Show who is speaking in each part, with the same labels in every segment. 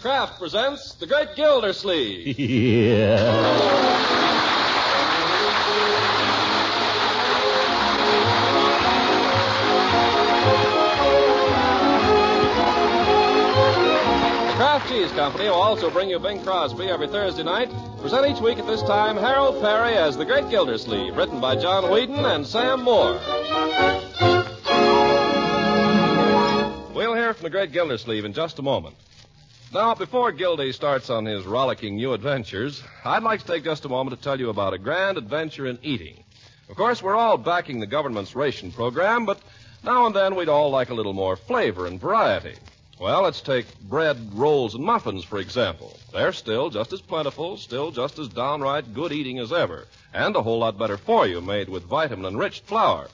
Speaker 1: Kraft presents The Great Gildersleeve.
Speaker 2: Yeah.
Speaker 1: The Kraft Cheese Company will also bring you Bing Crosby every Thursday night. Present each week at this time Harold Perry as The Great Gildersleeve, written by John Whedon and Sam Moore. We'll hear from The Great Gildersleeve in just a moment. Now, before Gildy starts on his rollicking new adventures, I'd like to take just a moment to tell you about a grand adventure in eating. Of course, we're all backing the government's ration program, but now and then we'd all like a little more flavor and variety. Well, let's take bread, rolls, and muffins, for example. They're still just as plentiful, still just as downright good eating as ever, and a whole lot better for you, made with vitamin enriched flour.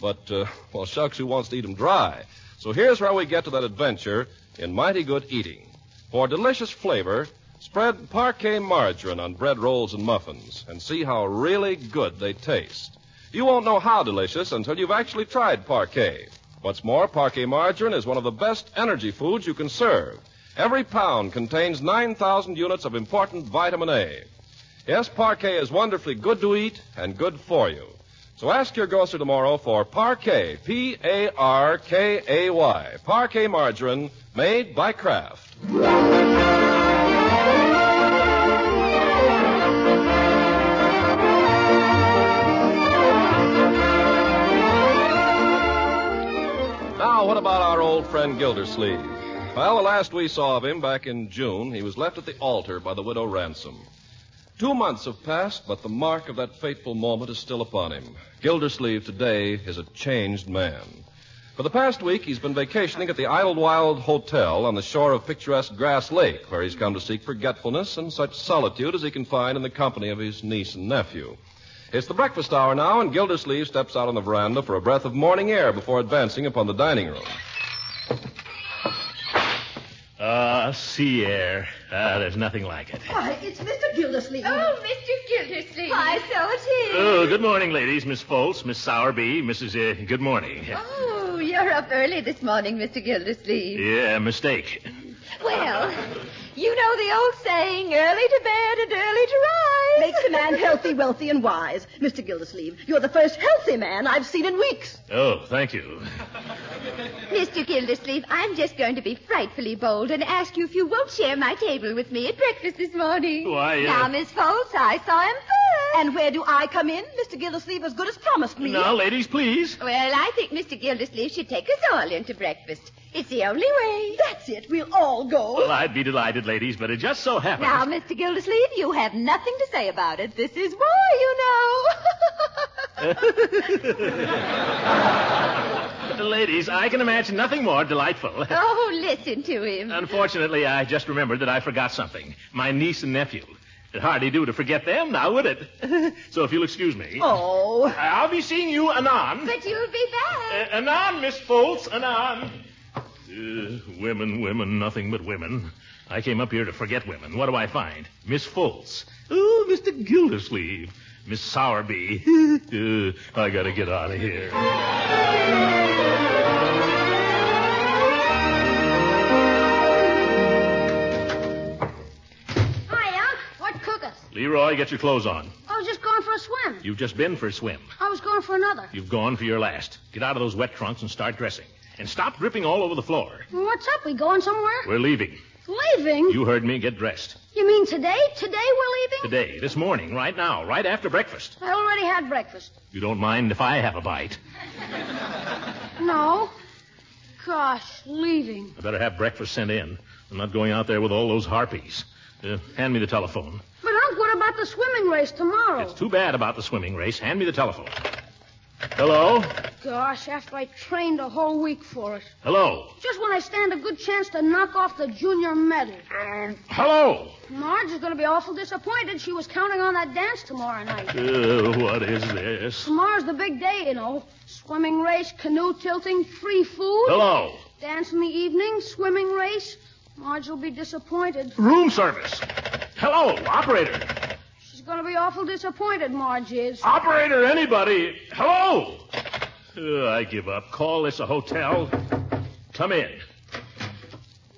Speaker 1: But, uh, well, shucks, who wants to eat them dry? So here's where we get to that adventure in mighty good eating. For delicious flavor, spread parquet margarine on bread rolls and muffins and see how really good they taste. You won't know how delicious until you've actually tried parquet. What's more, parquet margarine is one of the best energy foods you can serve. Every pound contains 9,000 units of important vitamin A. Yes, parquet is wonderfully good to eat and good for you. So ask your grocer tomorrow for parquet, P A R K A Y, parquet margarine made by Kraft. Now, what about our old friend Gildersleeve? Well, the last we saw of him back in June, he was left at the altar by the widow Ransom. Two months have passed, but the mark of that fateful moment is still upon him. Gildersleeve today is a changed man. For the past week, he's been vacationing at the Idlewild Hotel on the shore of picturesque Grass Lake, where he's come to seek forgetfulness and such solitude as he can find in the company of his niece and nephew. It's the breakfast hour now, and Gildersleeve steps out on the veranda for a breath of morning air before advancing upon the dining room.
Speaker 2: Ah, sea air. Ah, there's nothing like it.
Speaker 3: Why, it's Mr. Gildersleeve.
Speaker 4: Oh, Mr. Gildersleeve.
Speaker 5: Why, so it is.
Speaker 2: Oh, good morning, ladies. Miss Foltz, Miss Sowerby, Mrs. Uh, good morning.
Speaker 5: Oh, you're up early this morning, Mr. Gildersleeve.
Speaker 2: Yeah, mistake.
Speaker 5: Well, you know the old saying, early to bed and early to rise.
Speaker 3: Makes a man healthy, wealthy, and wise. Mr. Gildersleeve, you're the first healthy man I've seen in weeks.
Speaker 2: Oh, thank you.
Speaker 5: Mr. Gildersleeve, I'm just going to be frightfully bold and ask you if you won't share my table with me at breakfast this morning.
Speaker 2: Why, uh,
Speaker 5: Now, Miss Foltz, I saw him first.
Speaker 3: And where do I come in? Mr. Gildersleeve, as good as promised me.
Speaker 2: Now, ladies, please.
Speaker 5: Well, I think Mr. Gildersleeve should take us all in to breakfast. It's the only way.
Speaker 3: That's it. We'll all go.
Speaker 2: Well, I'd be delighted, ladies, but it just so happens.
Speaker 5: Now, Mr. Gildersleeve, you have nothing to say about it. This is war, you know.
Speaker 2: Ladies, I can imagine nothing more delightful.
Speaker 5: oh, listen to him.
Speaker 2: Unfortunately, I just remembered that I forgot something. My niece and nephew. It'd hardly do to forget them now, would it? so if you'll excuse me.
Speaker 3: Oh.
Speaker 2: I'll be seeing you anon.
Speaker 5: but you'll be
Speaker 2: Uh,
Speaker 5: back.
Speaker 2: anon, Miss Foltz, anon. Uh, women, women, nothing but women. I came up here to forget women. What do I find? Miss Foltz. Oh, Mr. Gildersleeve. Miss Sowerby. uh, I gotta get out of here.
Speaker 4: Hi, Unc. What cooketh?
Speaker 2: Leroy, get your clothes on.
Speaker 4: I was just going for a swim.
Speaker 2: You've just been for a swim.
Speaker 4: I was going for another.
Speaker 2: You've gone for your last. Get out of those wet trunks and start dressing. And stop dripping all over the floor.
Speaker 4: Well, What's up? We going somewhere?
Speaker 2: We're leaving.
Speaker 4: Leaving?
Speaker 2: You heard me. Get dressed.
Speaker 4: You mean today? Today we're leaving?
Speaker 2: Today, this morning, right now, right after breakfast.
Speaker 4: I already had breakfast.
Speaker 2: You don't mind if I have a bite.
Speaker 4: No. Gosh, leaving.
Speaker 2: I better have breakfast sent in. I'm not going out there with all those harpies. Uh, hand me the telephone.
Speaker 4: But, Unc, what about the swimming race tomorrow?
Speaker 2: It's too bad about the swimming race. Hand me the telephone. Hello?
Speaker 4: Gosh, after I trained a whole week for it.
Speaker 2: Hello?
Speaker 4: Just when I stand a good chance to knock off the junior medal.
Speaker 2: Hello?
Speaker 4: Marge is going to be awful disappointed. She was counting on that dance tomorrow night.
Speaker 2: Uh, what is this?
Speaker 4: Tomorrow's the big day, you know. Swimming race, canoe tilting, free food.
Speaker 2: Hello?
Speaker 4: Dance in the evening, swimming race. Marge will be disappointed.
Speaker 2: Room service. Hello, operator.
Speaker 4: She's going to be awful disappointed, Marge is.
Speaker 2: Operator, anybody. Hello? Uh, I give up. Call this a hotel. Come in.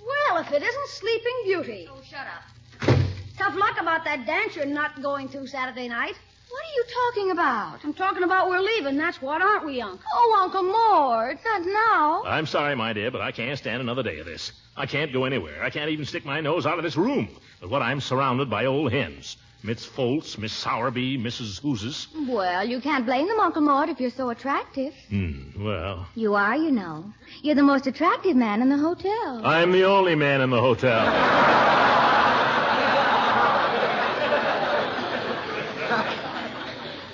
Speaker 4: Well, if if it isn't Sleeping Beauty.
Speaker 5: Oh, shut up.
Speaker 4: Tough luck about that dance you're not going to Saturday night.
Speaker 5: What are you talking about?
Speaker 4: I'm talking about we're leaving. That's what, aren't we, Uncle? Oh, Uncle Moore, it's not now.
Speaker 2: I'm sorry, my dear, but I can't stand another day of this. I can't go anywhere. I can't even stick my nose out of this room. But what I'm surrounded by old hens. Miss Foltz, Miss Sowerby, Mrs. Hooses.
Speaker 5: Well, you can't blame them, Uncle Mort, if you're so attractive.
Speaker 2: Hmm, well,
Speaker 5: You are, you know. You're the most attractive man in the hotel.
Speaker 2: I'm the only man in the hotel.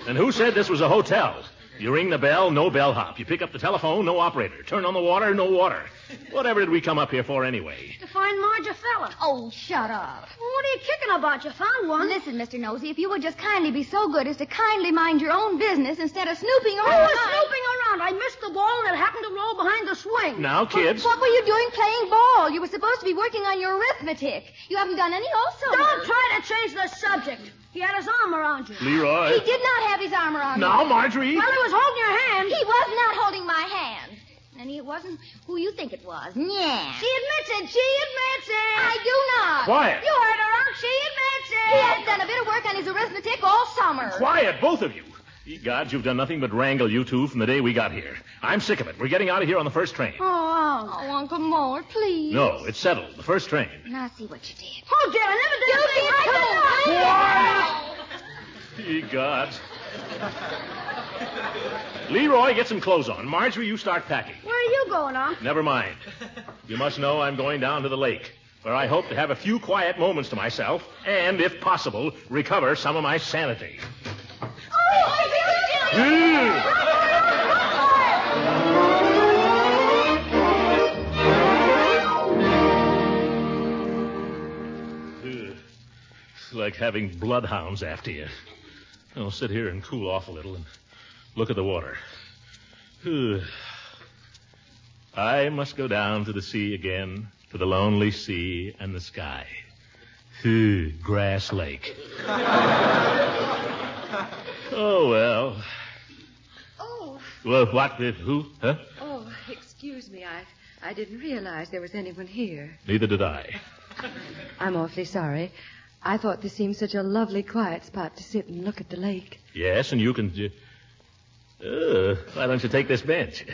Speaker 2: and who said this was a hotel? You ring the bell, no bellhop. You pick up the telephone, no operator. Turn on the water, no water. Whatever did we come up here for anyway?
Speaker 4: To find Marge a fella.
Speaker 5: Oh, shut up.
Speaker 4: Well, what are you kicking about? You found one.
Speaker 5: Listen, Mr. Nosey, if you would just kindly be so good as to kindly mind your own business instead of snooping
Speaker 4: I
Speaker 5: around.
Speaker 4: was snooping around. I missed the ball and it happened to roll behind the swing.
Speaker 2: Now, kids.
Speaker 5: What were you doing playing ball? You were supposed to be working on your arithmetic. You haven't done any all summer.
Speaker 4: Don't try to change the subject. He had his arm around you.
Speaker 2: Leroy.
Speaker 5: He did not have his arm around
Speaker 2: Now,
Speaker 5: me.
Speaker 2: Marjorie.
Speaker 4: Well, he was holding your hand.
Speaker 5: He was not holding my hand. And he wasn't who you think it was. Yeah.
Speaker 4: She admits it. She admits it.
Speaker 5: I do not.
Speaker 2: Quiet.
Speaker 4: You heard her, Unc. She admits
Speaker 5: He
Speaker 4: it.
Speaker 5: has done a bit of work on his arithmetic all summer.
Speaker 2: Quiet, both of you. Ye gods, you've done nothing but wrangle you two from the day we got here. I'm sick of it. We're getting out of here on the first train.
Speaker 4: Oh, Unc.
Speaker 5: Oh, Uncle Moore, please.
Speaker 2: No, it's settled. The first train.
Speaker 5: Now see what you did.
Speaker 4: Oh, dear, I never did a
Speaker 5: You
Speaker 4: thing like
Speaker 5: did
Speaker 4: that.
Speaker 5: too.
Speaker 2: Ye gods. Leroy, get some clothes on. Marjorie, you start packing.
Speaker 4: Where are you going, Unc?
Speaker 2: Never mind. You must know I'm going down to the lake, where I hope to have a few quiet moments to myself, and, if possible, recover some of my sanity. Ew. Ugh. It's like having bloodhounds after you. I'll sit here and cool off a little and look at the water. Ugh. I must go down to the sea again, to the lonely sea and the sky. Ugh, Grass Lake. oh, well.
Speaker 6: Oh,
Speaker 2: Well, what with who? Huh?
Speaker 6: oh, excuse me. I, I didn't realize there was anyone here.
Speaker 2: Neither did I.
Speaker 6: I'm awfully sorry. I thought this seemed such a lovely, quiet spot to sit and look at the lake.
Speaker 2: Yes, and you can. ju- Uh, why don't you take this bench?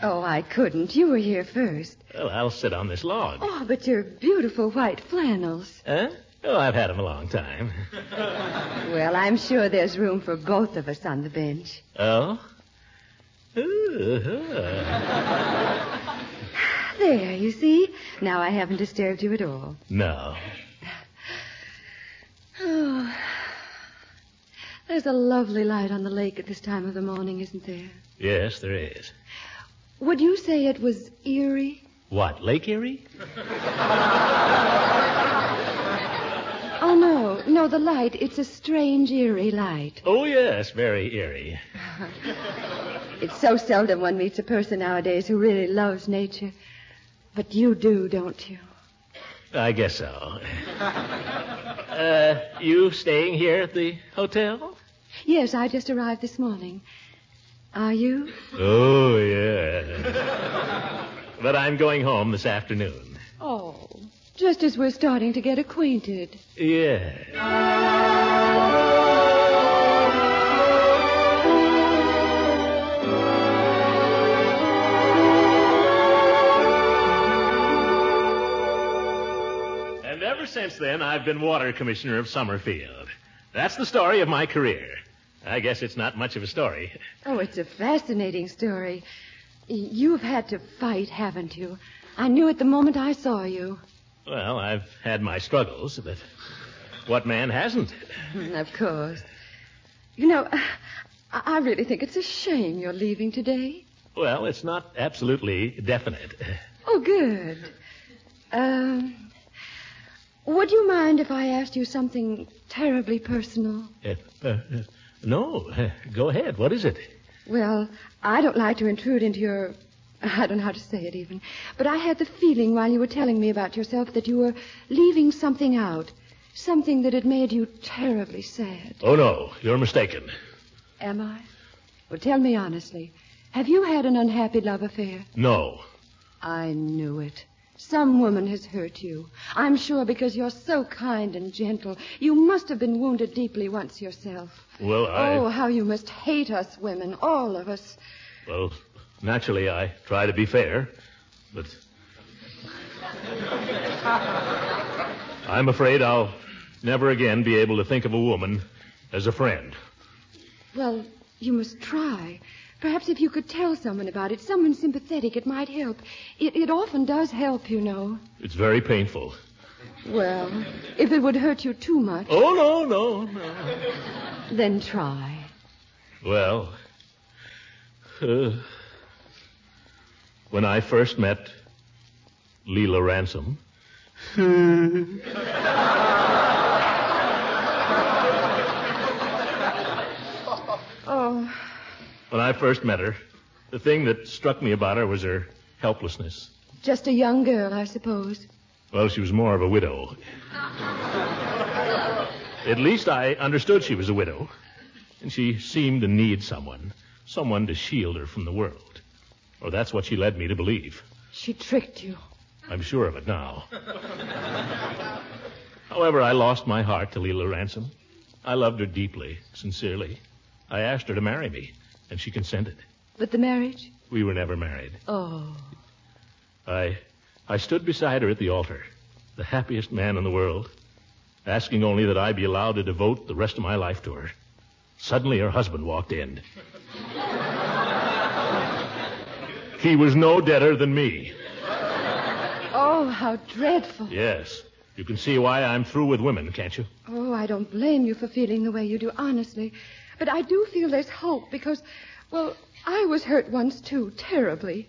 Speaker 6: Oh, I couldn't. You were here first.
Speaker 2: Well, I'll sit on this log.
Speaker 6: Oh, but your beautiful white flannels.
Speaker 2: Huh? Oh, I've had them a long time.
Speaker 6: Well, I'm sure there's room for both of us on the bench.
Speaker 2: Oh? Uh-huh.
Speaker 6: There, you see? Now I haven't disturbed you at all.
Speaker 2: No.
Speaker 6: Oh. There's a lovely light on the lake at this time of the morning, isn't there?
Speaker 2: Yes, there is.
Speaker 6: Would you say it was eerie?
Speaker 2: What, Lake Erie?
Speaker 6: Oh, no. No, the light. It's a strange, eerie light.
Speaker 2: Oh, yes, very eerie.
Speaker 6: It's so seldom one meets a person nowadays who really loves nature. But you do, don't you?
Speaker 2: I guess so. Uh, you staying here at the hotel?
Speaker 6: Yes, I just arrived this morning. Are you?
Speaker 2: Oh, yeah. but I'm going home this afternoon.
Speaker 6: Oh. Just as we're starting to get acquainted.
Speaker 2: Yeah. And ever since then, I've been water commissioner of Summerfield. That's the story of my career. I guess it's not much of a story.
Speaker 6: Oh, it's a fascinating story. Y- You've had to fight, haven't you? I knew it the moment I saw you.
Speaker 2: Well, I've had my struggles, but what man hasn't?
Speaker 6: Hmm, Of course. You know, I I really think it's a shame you're leaving today.
Speaker 2: Well, it's not absolutely definite.
Speaker 6: Oh, good. Um, would you mind if I asked you something terribly personal?
Speaker 2: Uh, uh, uh, no, uh, go ahead. What is it?
Speaker 6: Well, I don't like to intrude into your. I don't know how to say it even. But I had the feeling while you were telling me about yourself that you were leaving something out. Something that had made you terribly sad.
Speaker 2: Oh, no, you're mistaken.
Speaker 6: Am I? Well, tell me honestly. Have you had an unhappy love affair?
Speaker 2: No.
Speaker 6: I knew it. Some woman has hurt you. I'm sure because you're so kind and gentle. You must have been wounded deeply once yourself.
Speaker 2: Well, I.
Speaker 6: Oh, how you must hate us women, all of us.
Speaker 2: Well, naturally, I try to be fair, but. I'm afraid I'll never again be able to think of a woman as a friend.
Speaker 6: Well, you must try. Perhaps if you could tell someone about it, someone sympathetic, it might help. It, it often does help, you know.
Speaker 2: It's very painful.
Speaker 6: Well, if it would hurt you too much,
Speaker 2: Oh, no, no, no.
Speaker 6: then try.
Speaker 2: Well, uh, when I first met Leela Ransom,
Speaker 6: Oh,
Speaker 2: when I first met her, the thing that struck me about her was her helplessness.
Speaker 6: just a young girl, I suppose.
Speaker 2: Well, she was more of a widow. At least I understood she was a widow. And she seemed to need someone, someone to shield her from the world. Or that's what she led me to believe.
Speaker 6: She tricked you.
Speaker 2: I'm sure of it now. However, I lost my heart to Leela Ransom. I loved her deeply, sincerely. I asked her to marry me, and she consented.
Speaker 6: But the marriage?
Speaker 2: We were never married.
Speaker 6: Oh.
Speaker 2: I, I stood beside her at the altar, the happiest man in the world, asking only that I be allowed to devote the rest of my life to her. Suddenly, her husband walked in. he was no debtor than me.
Speaker 6: Oh, how dreadful.
Speaker 2: Yes. You can see why I'm through with women, can't you?
Speaker 6: Oh, I don't blame you for feeling the way you do, honestly. But I do feel there's hope because, well, I was hurt once, too, terribly.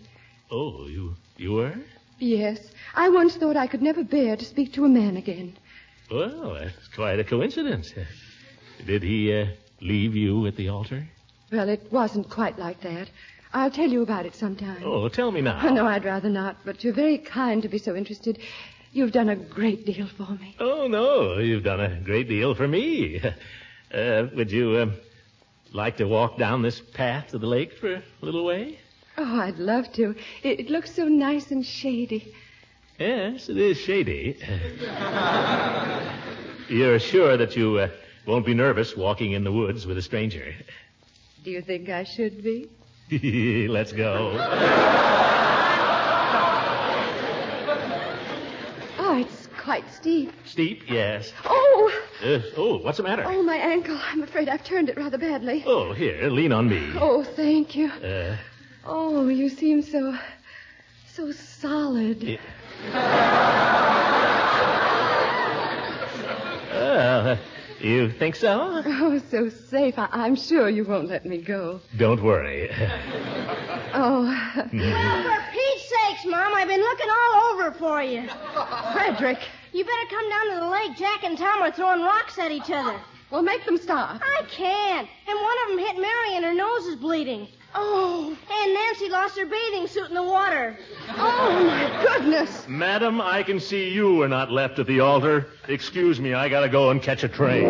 Speaker 2: Oh, you you were?
Speaker 6: Yes, I once thought I could never bear to speak to a man again.
Speaker 2: Well, that's quite a coincidence. Did he uh, leave you at the altar?
Speaker 6: Well, it wasn't quite like that. I'll tell you about it sometime.
Speaker 2: Oh, tell me now.
Speaker 6: Oh, no, I'd rather not, but you're very kind to be so interested. You've done a great deal for me.
Speaker 2: Oh no, you've done a great deal for me. Uh, would you um, like to walk down this path to the lake for a little way?
Speaker 6: Oh, I'd love to. It, it looks so nice and shady.
Speaker 2: Yes, it is shady. You're sure that you uh, won't be nervous walking in the woods with a stranger?
Speaker 6: Do you think I should be?
Speaker 2: Let's go.
Speaker 6: Oh, it's quite steep.
Speaker 2: Steep, yes.
Speaker 6: Oh,
Speaker 2: Uh, oh, what's the matter?
Speaker 6: oh, my ankle. I'm afraid I've turned it rather badly.
Speaker 2: Oh, here, lean on me.
Speaker 6: Oh, thank you.
Speaker 2: Uh,
Speaker 6: Oh, you seem so, so solid.
Speaker 2: Yeah. well, uh, you think so?
Speaker 6: Oh, so safe. I- I'm sure you won't let me go.
Speaker 2: Don't worry.
Speaker 6: Oh,
Speaker 4: Well, for Pete's sakes, Mom, I've been looking all over for you.
Speaker 6: Frederick.
Speaker 4: You better come down to the lake. Jack and Tom are throwing rocks at each other.
Speaker 6: Well, make them stop.
Speaker 4: I can't. And one of them hit Mary and her nose is bleeding.
Speaker 6: Oh,
Speaker 4: And Nancy lost her bathing suit in the water.
Speaker 6: oh, my goodness.
Speaker 2: Madam, I can see you were not left at the altar. Excuse me, I gotta go and catch a train.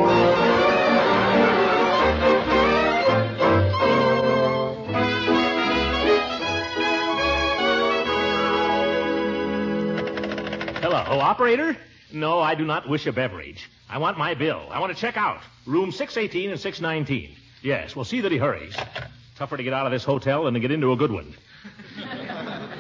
Speaker 2: Hello, operator? No, I do not wish a beverage. I want my bill. I want to check out. Room 618 and 619. Yes, well, see that he hurries. Tougher to get out of this hotel than to get into a good one.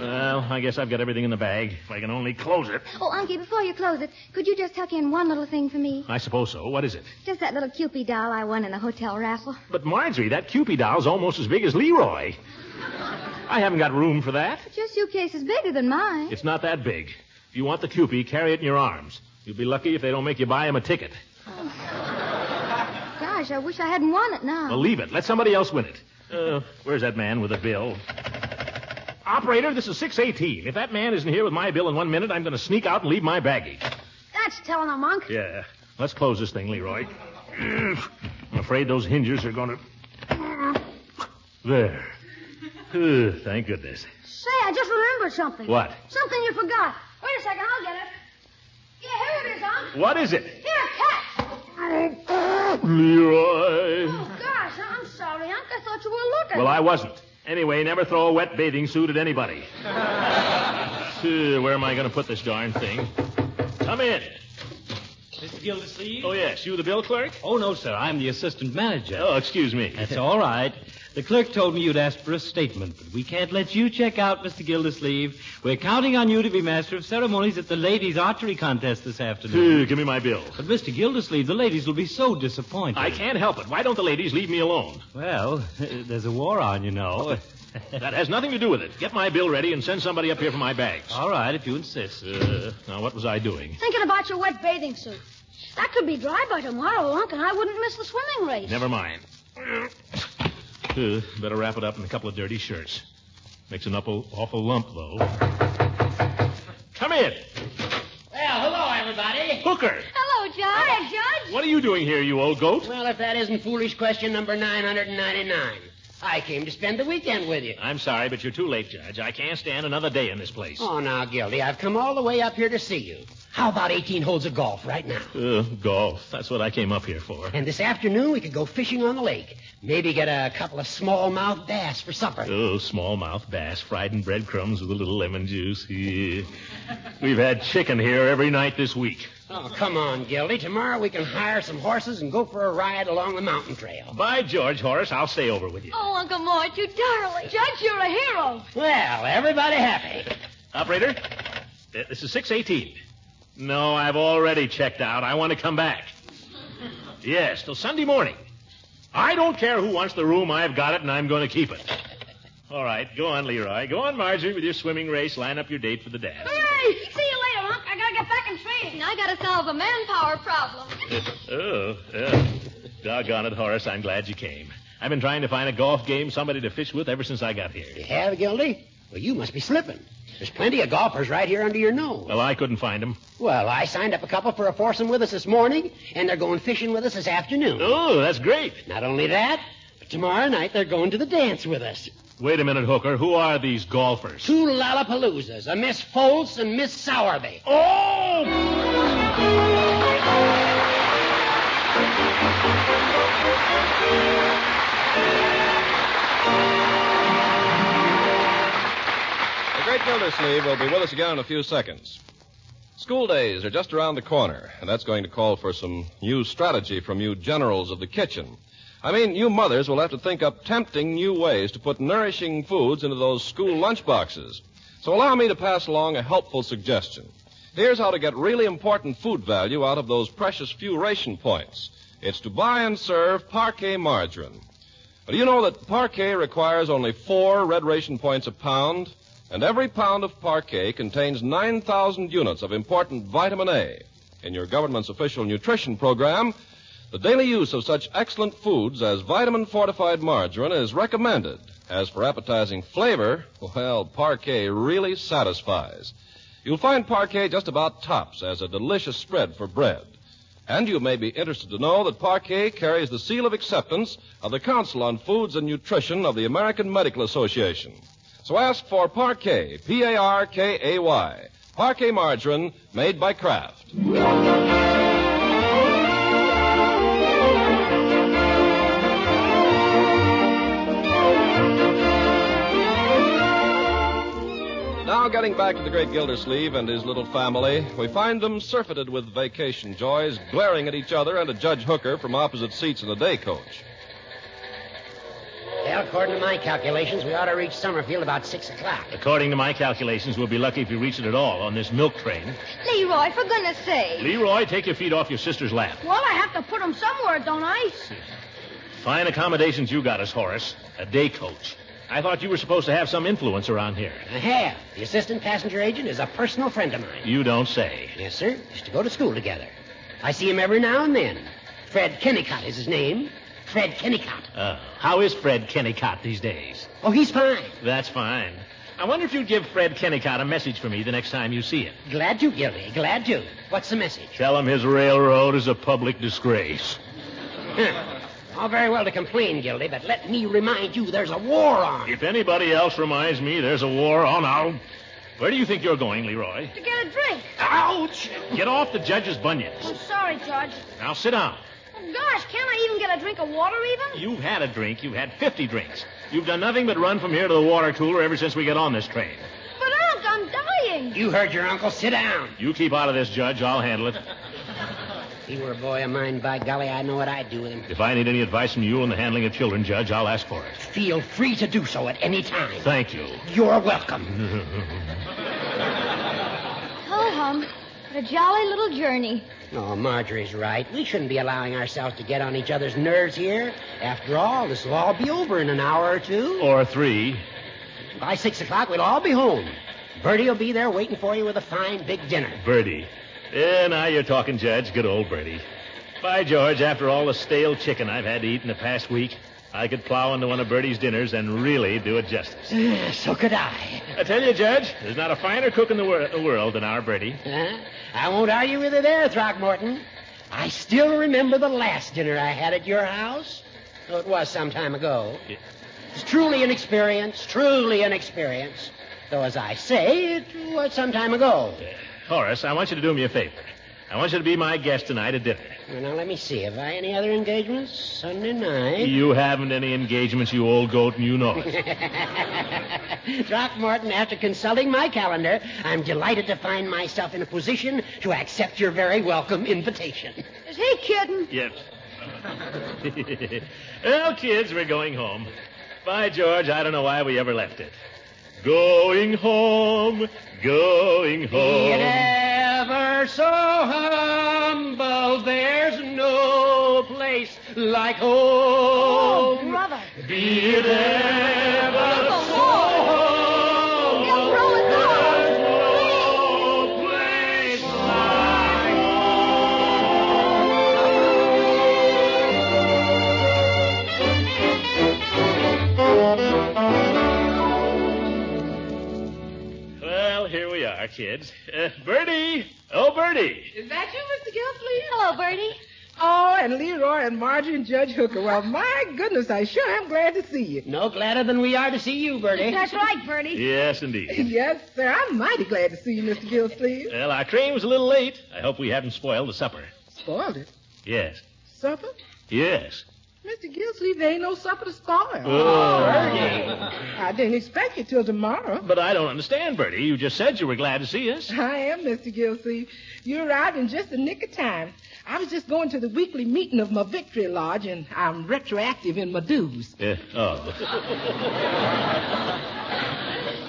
Speaker 2: Well, I guess I've got everything in the bag. If I can only close it.
Speaker 5: Oh, Unky, before you close it, could you just tuck in one little thing for me?
Speaker 2: I suppose so. What is it?
Speaker 5: Just that little Cupid doll I won in the hotel raffle.
Speaker 2: But Marjorie, that Cupid doll's almost as big as Leroy. I haven't got room for that.
Speaker 5: But your suitcase is bigger than mine.
Speaker 2: It's not that big. If you want the Cupid, carry it in your arms. You'll be lucky if they don't make you buy him a ticket.
Speaker 5: Gosh, I wish I hadn't won it now.
Speaker 2: Well, leave it. Let somebody else win it. Uh, where's that man with the bill? Operator, this is 618. If that man isn't here with my bill in one minute, I'm going to sneak out and leave my baggage.
Speaker 4: That's telling a monk.
Speaker 2: Yeah. Let's close this thing, Leroy. I'm afraid those hinges are going to. There. Phew, Thank goodness.
Speaker 4: Say, I just remembered something.
Speaker 2: What?
Speaker 4: Something you forgot. Wait a second, I'll get it. Yeah, here it is, Unc.
Speaker 2: What is it?
Speaker 4: Here, catch.
Speaker 2: Leroy.
Speaker 4: Oh, gosh, I'm sorry, Unc. I thought you were looking.
Speaker 2: Well, I wasn't. Anyway, never throw a wet bathing suit at anybody. Uh, where am I going to put this darn thing? Come in.
Speaker 7: Mr. Gildersleeve?
Speaker 2: Oh, yes, you the bill clerk?
Speaker 7: Oh, no, sir. I'm the assistant manager.
Speaker 2: Oh, excuse me.
Speaker 7: That's all right. The clerk told me you'd asked for a statement, but we can't let you check out, Mr. Gildersleeve. We're counting on you to be master of ceremonies at the ladies' archery contest this afternoon.
Speaker 2: Uh, give me my bill.
Speaker 7: But, Mr. Gildersleeve, the ladies will be so disappointed.
Speaker 2: I can't help it. Why don't the ladies leave me alone?
Speaker 7: Well, there's a war on, you know.
Speaker 2: That has nothing to do with it. Get my bill ready and send somebody up here for my bags.
Speaker 7: all right, if you insist.
Speaker 2: Uh, now, what was I doing?
Speaker 4: Thinking about your wet bathing suit. That could be dry by tomorrow, Unc, and I wouldn't miss the swimming race.
Speaker 2: Never mind. Uh, better wrap it up in a couple of dirty shirts. Makes an awful, awful lump, though. Come in.
Speaker 8: Well, hello, everybody.
Speaker 2: Hooker,
Speaker 5: Hello, Judge. Judge.
Speaker 2: what are you doing here, you old goat?
Speaker 8: Well, if that isn't foolish question number 999, I came to spend the weekend with you.
Speaker 2: I'm sorry, but you're too late, Judge. I can't stand another day in this place.
Speaker 8: Oh, now, Gildy, I've come all the way up here to see you. How about 18 holes of golf right now?
Speaker 2: Uh, golf. That's what I came up here for.
Speaker 8: And this afternoon, we could go fishing on the lake. Maybe get a couple of smallmouth bass for supper.
Speaker 2: Oh, smallmouth bass fried in breadcrumbs with a little lemon juice. Yeah. We've had chicken here every night this week.
Speaker 8: Oh, come on, Gildy. Tomorrow we can hire some horses and go for a ride along the mountain trail.
Speaker 2: By George, Horace, I'll stay over with you.
Speaker 5: Oh, Uncle Mort, you darling.
Speaker 4: Judge, you're a hero.
Speaker 8: Well, everybody happy.
Speaker 2: Operator, uh, this is 618. No, I've already checked out. I want to come back. Yes, till Sunday morning. I don't care who wants the room. I've got it, and I'm going to keep it. All right, go on, Leroy. Go on, Marjorie, with your swimming race. Line up your date for the dance.
Speaker 4: Hooray! See you later, Unc. I gotta get back in training.
Speaker 5: I gotta solve a manpower problem.
Speaker 2: Oh, yeah. Doggone it, Horace. I'm glad you came. I've been trying to find a golf game, somebody to fish with ever since I got
Speaker 8: You
Speaker 2: here.
Speaker 8: have, Gildy? Well, you must be slipping. There's plenty of golfers right here under your nose.
Speaker 2: Well, I couldn't find him.
Speaker 8: Well, I signed up a couple for a foursome with us this morning, and they're going fishing with us this afternoon.
Speaker 2: Oh, that's great.
Speaker 8: Not only that, but tomorrow night they're going to the dance with us.
Speaker 2: Wait a minute, Hooker. Who are these golfers?
Speaker 8: Two Lollapaloozas, a Miss Foltz and Miss Sowerby.
Speaker 2: Oh!
Speaker 1: The great Gildersleeve will be with us again in a few seconds. School days are just around the corner, and that's going to call for some new strategy from you generals of the kitchen. I mean, you mothers will have to think up tempting new ways to put nourishing foods into those school lunch boxes. So allow me to pass along a helpful suggestion. Here's how to get really important food value out of those precious few ration points. It's to buy and serve parquet margarine. Do you know that parquet requires only four red ration points a pound? And every pound of parquet contains 9,000 units of important vitamin A. In your government's official nutrition program, the daily use of such excellent foods as vitamin fortified margarine is recommended. As for appetizing flavor, well, parquet really satisfies. You'll find parquet just about tops as a delicious spread for bread. And you may be interested to know that parquet carries the seal of acceptance of the Council on Foods and Nutrition of the American Medical Association. So ask for Parquet, P A R K A Y. Parquet margarine made by Kraft. Now, getting back to the great Gildersleeve and his little family, we find them surfeited with vacation joys, glaring at each other and at Judge Hooker from opposite seats in the day coach.
Speaker 8: Well, according to my calculations, we ought to reach Summerfield about 6 o'clock.
Speaker 2: According to my calculations, we'll be lucky if we reach it at all on this milk train.
Speaker 5: Leroy, for goodness sake.
Speaker 2: Leroy, take your feet off your sister's lap.
Speaker 4: Well, I have to put him somewhere, don't I?
Speaker 2: Fine accommodations you got us, Horace. A day coach. I thought you were supposed to have some influence around here.
Speaker 8: I have. The assistant passenger agent is a personal friend of mine.
Speaker 2: You don't say.
Speaker 8: Yes, sir. Used to go to school together. I see him every now and then. Fred Kennicott is his name. Fred Kennicott.
Speaker 2: Uh, how is Fred Kennicott these days?
Speaker 8: Oh, he's fine.
Speaker 2: That's fine. I wonder if you'd give Fred Kennicott a message for me the next time you see him.
Speaker 8: Glad to, Gildy. Glad to. What's the message?
Speaker 2: Tell him his railroad is a public disgrace.
Speaker 8: All very well to complain, Gildy, but let me remind you there's a war on.
Speaker 2: If anybody else reminds me there's a war on, I'll. Where do you think you're going, Leroy?
Speaker 4: To get a drink.
Speaker 2: Ouch! Get off the judge's bunions.
Speaker 4: I'm sorry, Judge.
Speaker 2: Now sit down.
Speaker 4: Oh, gosh, can't I even get a drink of water, even?
Speaker 2: You've had a drink. You've had 50 drinks. You've done nothing but run from here to the water cooler ever since we got on this train.
Speaker 4: But, Unc, I'm dying. doing?
Speaker 8: You heard your uncle. Sit down.
Speaker 2: You keep out of this, Judge. I'll handle it.
Speaker 8: If he were a boy of mine, by golly, I know what I'd do with him.
Speaker 2: If I need any advice from you on the handling of children, Judge, I'll ask for it.
Speaker 8: Feel free to do so at any time.
Speaker 2: Thank you.
Speaker 8: You're welcome.
Speaker 5: Ho hum. What a jolly little journey.
Speaker 8: Oh, Marjorie's right. We shouldn't be allowing ourselves to get on each other's nerves here. After all, this will all be over in an hour or two.
Speaker 2: Or three.
Speaker 8: By six o'clock, we'll all be home. Bertie will be there waiting for you with a fine big dinner.
Speaker 2: Birdie. Yeah, now you're talking, Judge. Good old Birdie. By George, after all the stale chicken I've had to eat in the past week, I could plow into one of Birdie's dinners and really do it justice.
Speaker 8: so could I.
Speaker 2: I tell you, Judge, there's not a finer cook in the wor- world than our Birdie.
Speaker 8: Huh? I won't argue with you there, Throckmorton. I still remember the last dinner I had at your house. Though it was some time ago.
Speaker 2: Yeah.
Speaker 8: It's truly an experience, truly an experience. Though, as I say, it was some time ago.
Speaker 2: Horace, I want you to do me a favor. I want you to be my guest tonight at dinner.
Speaker 8: Now, let me see. Have I any other engagements? Sunday night.
Speaker 2: You haven't any engagements, you old goat, and you know it.
Speaker 8: Throckmorton, after consulting my calendar, I'm delighted to find myself in a position to accept your very welcome invitation.
Speaker 4: Is he kidding?
Speaker 2: yes. well, kids, we're going home. By George, I don't know why we ever left it. Going home, going
Speaker 8: Be it
Speaker 2: home.
Speaker 8: ever so humble, there's no place like home.
Speaker 4: Brother.
Speaker 2: Be it ever so
Speaker 4: He'll throw us off.
Speaker 2: humble, place like home. Well, here we are, kids. Uh, Bertie! Oh, Bertie!
Speaker 9: Is that you, Mr. Gildersleeve?
Speaker 5: Hello, Bertie.
Speaker 9: Oh, and Leroy and Marjorie and Judge Hooker. Well, my goodness, I sure am glad to see you.
Speaker 8: No gladder than we eh? are to see you, Bertie.
Speaker 4: That's right, Bertie.
Speaker 2: Yes, indeed.
Speaker 9: Yes, sir. I'm mighty glad to see you, Mr. Gildersleeve.
Speaker 2: Well, our train was a little late. I hope we haven't spoiled the supper.
Speaker 9: Spoiled it.
Speaker 2: Yes.
Speaker 9: Supper?
Speaker 2: Yes.
Speaker 9: Mr. Gildersleeve, there ain't no supper to spoil.
Speaker 2: Oh,
Speaker 9: I didn't expect you till tomorrow.
Speaker 2: but I don't understand, Bertie. You just said you were glad to see us.
Speaker 9: I am, Mr. Gildersleeve. You arrived in just the nick of time. I was just going to the weekly meeting of my Victory Lodge, and I'm retroactive in my dues.
Speaker 2: Yeah. Oh.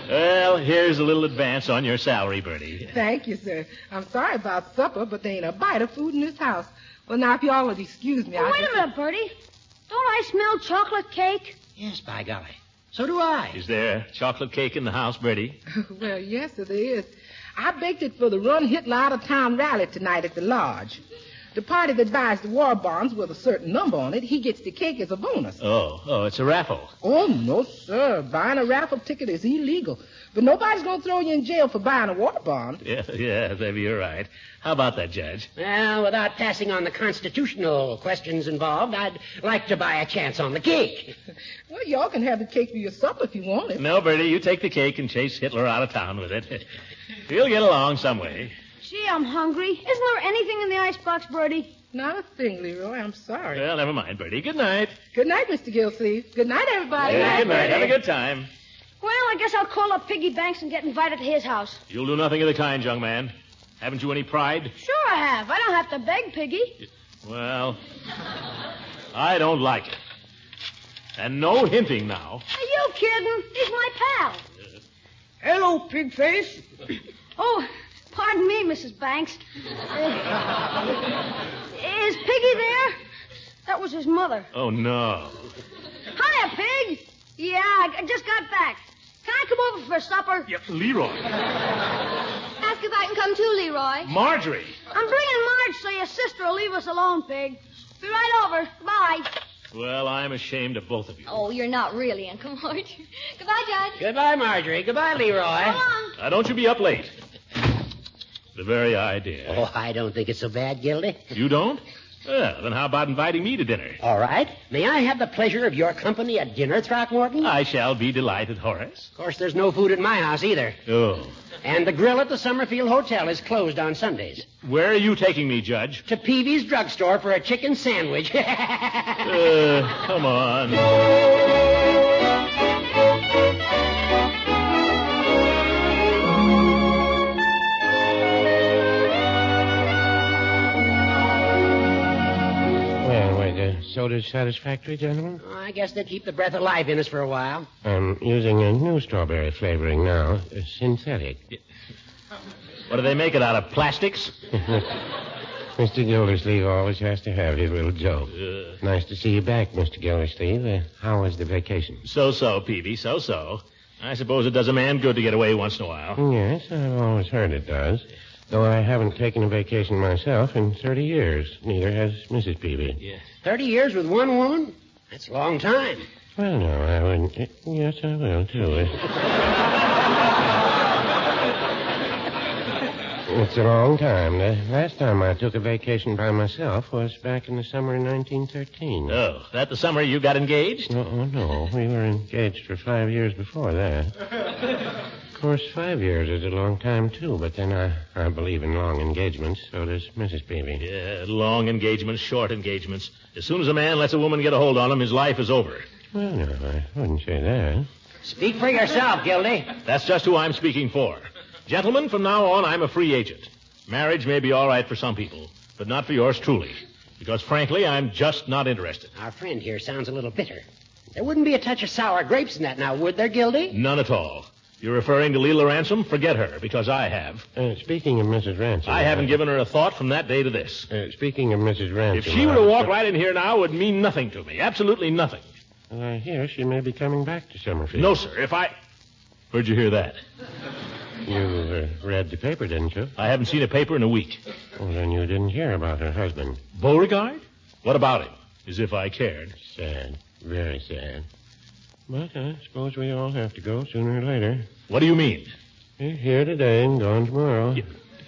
Speaker 2: well, here's a little advance on your salary, Bertie.
Speaker 9: Thank you, sir. I'm sorry about supper, but there ain't a bite of food in this house. Well, now, if y'all would excuse me,
Speaker 4: Oh,
Speaker 9: I
Speaker 4: wait
Speaker 9: just...
Speaker 4: a minute, Bertie. Don't I smell chocolate cake?
Speaker 8: Yes, by golly. So do I.
Speaker 2: Is there chocolate cake in the house, Bertie?
Speaker 9: Well, yes, it is. I baked it for the Run Hitler Out of Town rally tonight at the lodge. The party that buys the war bonds with a certain number on it, he gets the cake as a bonus.
Speaker 2: Oh, oh, it's a raffle.
Speaker 9: Oh, no, sir. Buying a raffle ticket is illegal. But nobody's going to throw you in jail for buying a war bond.
Speaker 2: Yeah, yeah, maybe you're right. How about that, Judge?
Speaker 8: Well, without passing on the constitutional questions involved, I'd like to buy a chance on the cake.
Speaker 9: Well, y'all can have the cake for your supper if you want it.
Speaker 2: No, Bertie, you take the cake and chase Hitler out of town with it. We'll get along some way.
Speaker 4: Gee, I'm hungry. Isn't there anything in the icebox, Bertie?
Speaker 9: Not a thing, Leroy. I'm sorry.
Speaker 2: Well, never mind, Bertie. Good night.
Speaker 9: Good night, Mr. Gilsey. Good night, everybody.
Speaker 2: Yeah, good night. Have a good time.
Speaker 4: Well, I guess I'll call up Piggy Banks and get invited to his house.
Speaker 2: You'll do nothing of the kind, young man. Haven't you any pride?
Speaker 4: Sure I have. I don't have to beg, Piggy.
Speaker 2: Well, I don't like it. And no hinting now.
Speaker 4: Are you kidding? He's my pal.
Speaker 9: Hello, pig face.
Speaker 4: Oh, pardon me, Mrs. Banks. Uh, is Piggy there? That was his mother.
Speaker 2: Oh, no.
Speaker 4: Hiya, Pig. Yeah, I I just got back. Can I come over for supper?
Speaker 2: Yep, Leroy.
Speaker 5: Ask if I can come too, Leroy.
Speaker 2: Marjorie.
Speaker 4: I'm bringing Marge so your sister will leave us alone, Pig. Be right over. Bye.
Speaker 2: Well, I'm ashamed of both of you.
Speaker 5: Oh, you're not really, Uncle Mort. Goodbye, Judge.
Speaker 8: Goodbye, Marjorie. Goodbye, Leroy.
Speaker 5: So long.
Speaker 2: Now, don't you be up late. The very idea.
Speaker 8: Oh, I don't think it's so bad, Gildy.
Speaker 2: You don't? Well, Uh, then how about inviting me to dinner?
Speaker 8: All right. May I have the pleasure of your company at dinner, Throckmorton?
Speaker 2: I shall be delighted, Horace.
Speaker 8: Of course, there's no food at my house either.
Speaker 2: Oh.
Speaker 8: And the grill at the Summerfield Hotel is closed on Sundays.
Speaker 2: Where are you taking me, Judge?
Speaker 8: To Peavy's drugstore for a chicken sandwich.
Speaker 2: Uh, come on.
Speaker 10: Soda satisfactory, uh, gentlemen?
Speaker 8: Oh, I guess they keep the breath alive in us for a while.
Speaker 10: I'm using a new strawberry flavoring now, uh, synthetic.
Speaker 2: What do they make it out of? Plastics?
Speaker 10: Mr. Gildersleeve always has to have his little joke.
Speaker 7: Uh.
Speaker 10: Nice to see you back, Mr. Gildersleeve. Uh, how was the vacation?
Speaker 2: So so, Peavy, so so. I suppose it does a man good to get away once in a while.
Speaker 10: Yes, I've always heard it does. Though I haven't taken a vacation myself in 30 years. Neither has Mrs. Peavy.
Speaker 8: Thirty years with one woman? That's a long time.
Speaker 10: Well, no, I wouldn't. eh, Yes, I will, too. It's- It's a long time. The last time I took a vacation by myself was back in the summer of 1913.
Speaker 2: Oh, that the summer you got engaged?
Speaker 10: Oh, no. We were engaged for five years before that.
Speaker 2: Uh,
Speaker 10: Of course, five years is a long time, too, but then I, I believe in long engagements, so does Mrs. Peavy.
Speaker 2: Yeah, long engagements, short engagements. As soon as a man lets a woman get a hold on him, his life is over.
Speaker 10: Well, no, I wouldn't say that.
Speaker 8: Speak for yourself, Gildy.
Speaker 2: That's just who I'm speaking for. Gentlemen, from now on, I'm a free agent. Marriage may be all right for some people, but not for yours truly. Because, frankly, I'm just not interested.
Speaker 8: Our friend here sounds a little bitter. There wouldn't be a touch of sour grapes in that now, would there, Gildy?
Speaker 2: None at all. You're referring to Leela Ransom? Forget her, because I have.
Speaker 10: Uh, speaking of Mrs. Ransom.
Speaker 2: I haven't given her a thought from that day to this.
Speaker 10: Uh, speaking of Mrs. Ransom. uh,
Speaker 2: If she were to walk right in here now, it would mean nothing to me. Absolutely nothing.
Speaker 10: Well, I hear she may be coming back to Summerfield.
Speaker 2: No, sir. If I. Where'd you hear that?
Speaker 10: You uh, read the paper, didn't you?
Speaker 2: I haven't seen a paper in a week.
Speaker 10: Well, then you didn't hear about her husband.
Speaker 2: Beauregard? What about him? As if I cared.
Speaker 10: Sad. Very sad. But I suppose we all have to go sooner or later.
Speaker 2: What do you mean?
Speaker 10: You're here today and gone tomorrow.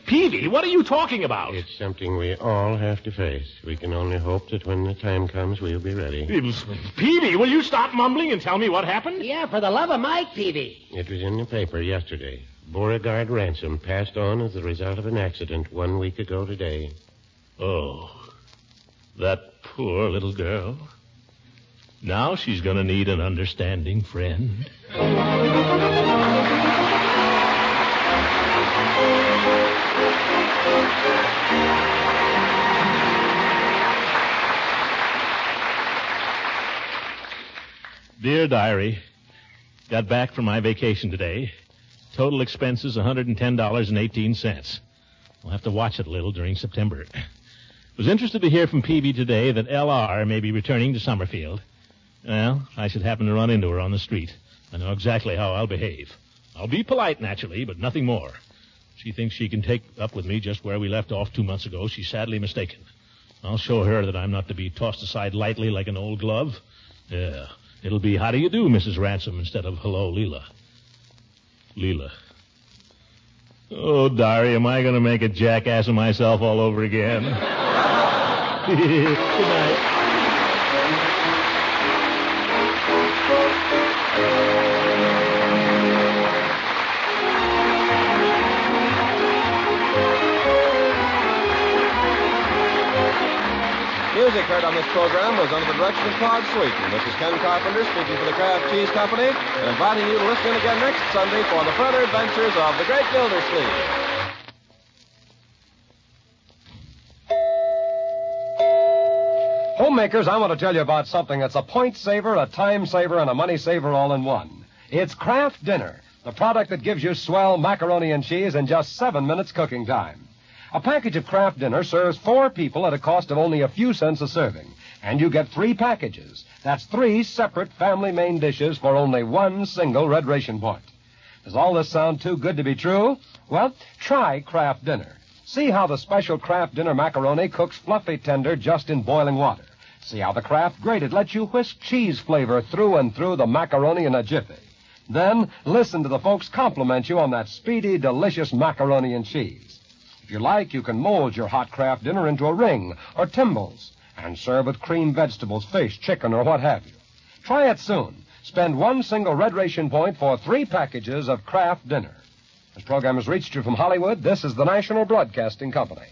Speaker 2: Peavy, what are you talking about?
Speaker 10: It's something we all have to face. We can only hope that when the time comes, we'll be ready.
Speaker 2: Peavy, will you stop mumbling and tell me what happened?
Speaker 8: Yeah, for the love of Mike, Peavy.
Speaker 10: It was in the paper yesterday. Beauregard Ransom passed on as the result of an accident one week ago today.
Speaker 2: Oh, that poor little girl. Now she's going to need an understanding friend. Dear Diary, got back from my vacation today. Total expenses $110.18. We'll have to watch it a little during September. Was interested to hear from PB today that LR may be returning to Summerfield. Well, I should happen to run into her on the street. I know exactly how I'll behave. I'll be polite, naturally, but nothing more. She thinks she can take up with me just where we left off two months ago. She's sadly mistaken. I'll show her that I'm not to be tossed aside lightly like an old glove. Yeah. It'll be, how do you do, Mrs. Ransom, instead of hello, Leela. Leela. Oh, Diary, am I going to make a jackass of myself all over again? Good night.
Speaker 11: Music heard on this program was under the direction of Todd Sweeten. This is Ken Carpenter speaking for the Kraft Cheese Company and inviting you to listen in again next Sunday for the further adventures of the Great Gildersleeve. Homemakers, I want to tell you about something that's a point saver, a time saver, and a money saver all in one. It's Kraft Dinner, the product that gives you swell macaroni and cheese in just seven minutes cooking time. A package of Kraft Dinner serves four people at a cost of only a few cents a serving, and you get three packages. That's three separate family main dishes for only one single red ration point. Does all this sound too good to be true? Well, try Kraft Dinner. See how the special Kraft Dinner macaroni cooks fluffy tender just in boiling water. See how the Kraft grated lets you whisk cheese flavor through and through the macaroni in a jiffy. Then listen to the folks compliment you on that speedy, delicious macaroni and cheese. If you like, you can mold your hot Kraft Dinner into a ring or timbales and serve with cream vegetables, fish, chicken, or what have you. Try it soon. Spend one single red ration point for three packages of Kraft Dinner. This program has reached you from Hollywood. This is the National Broadcasting Company.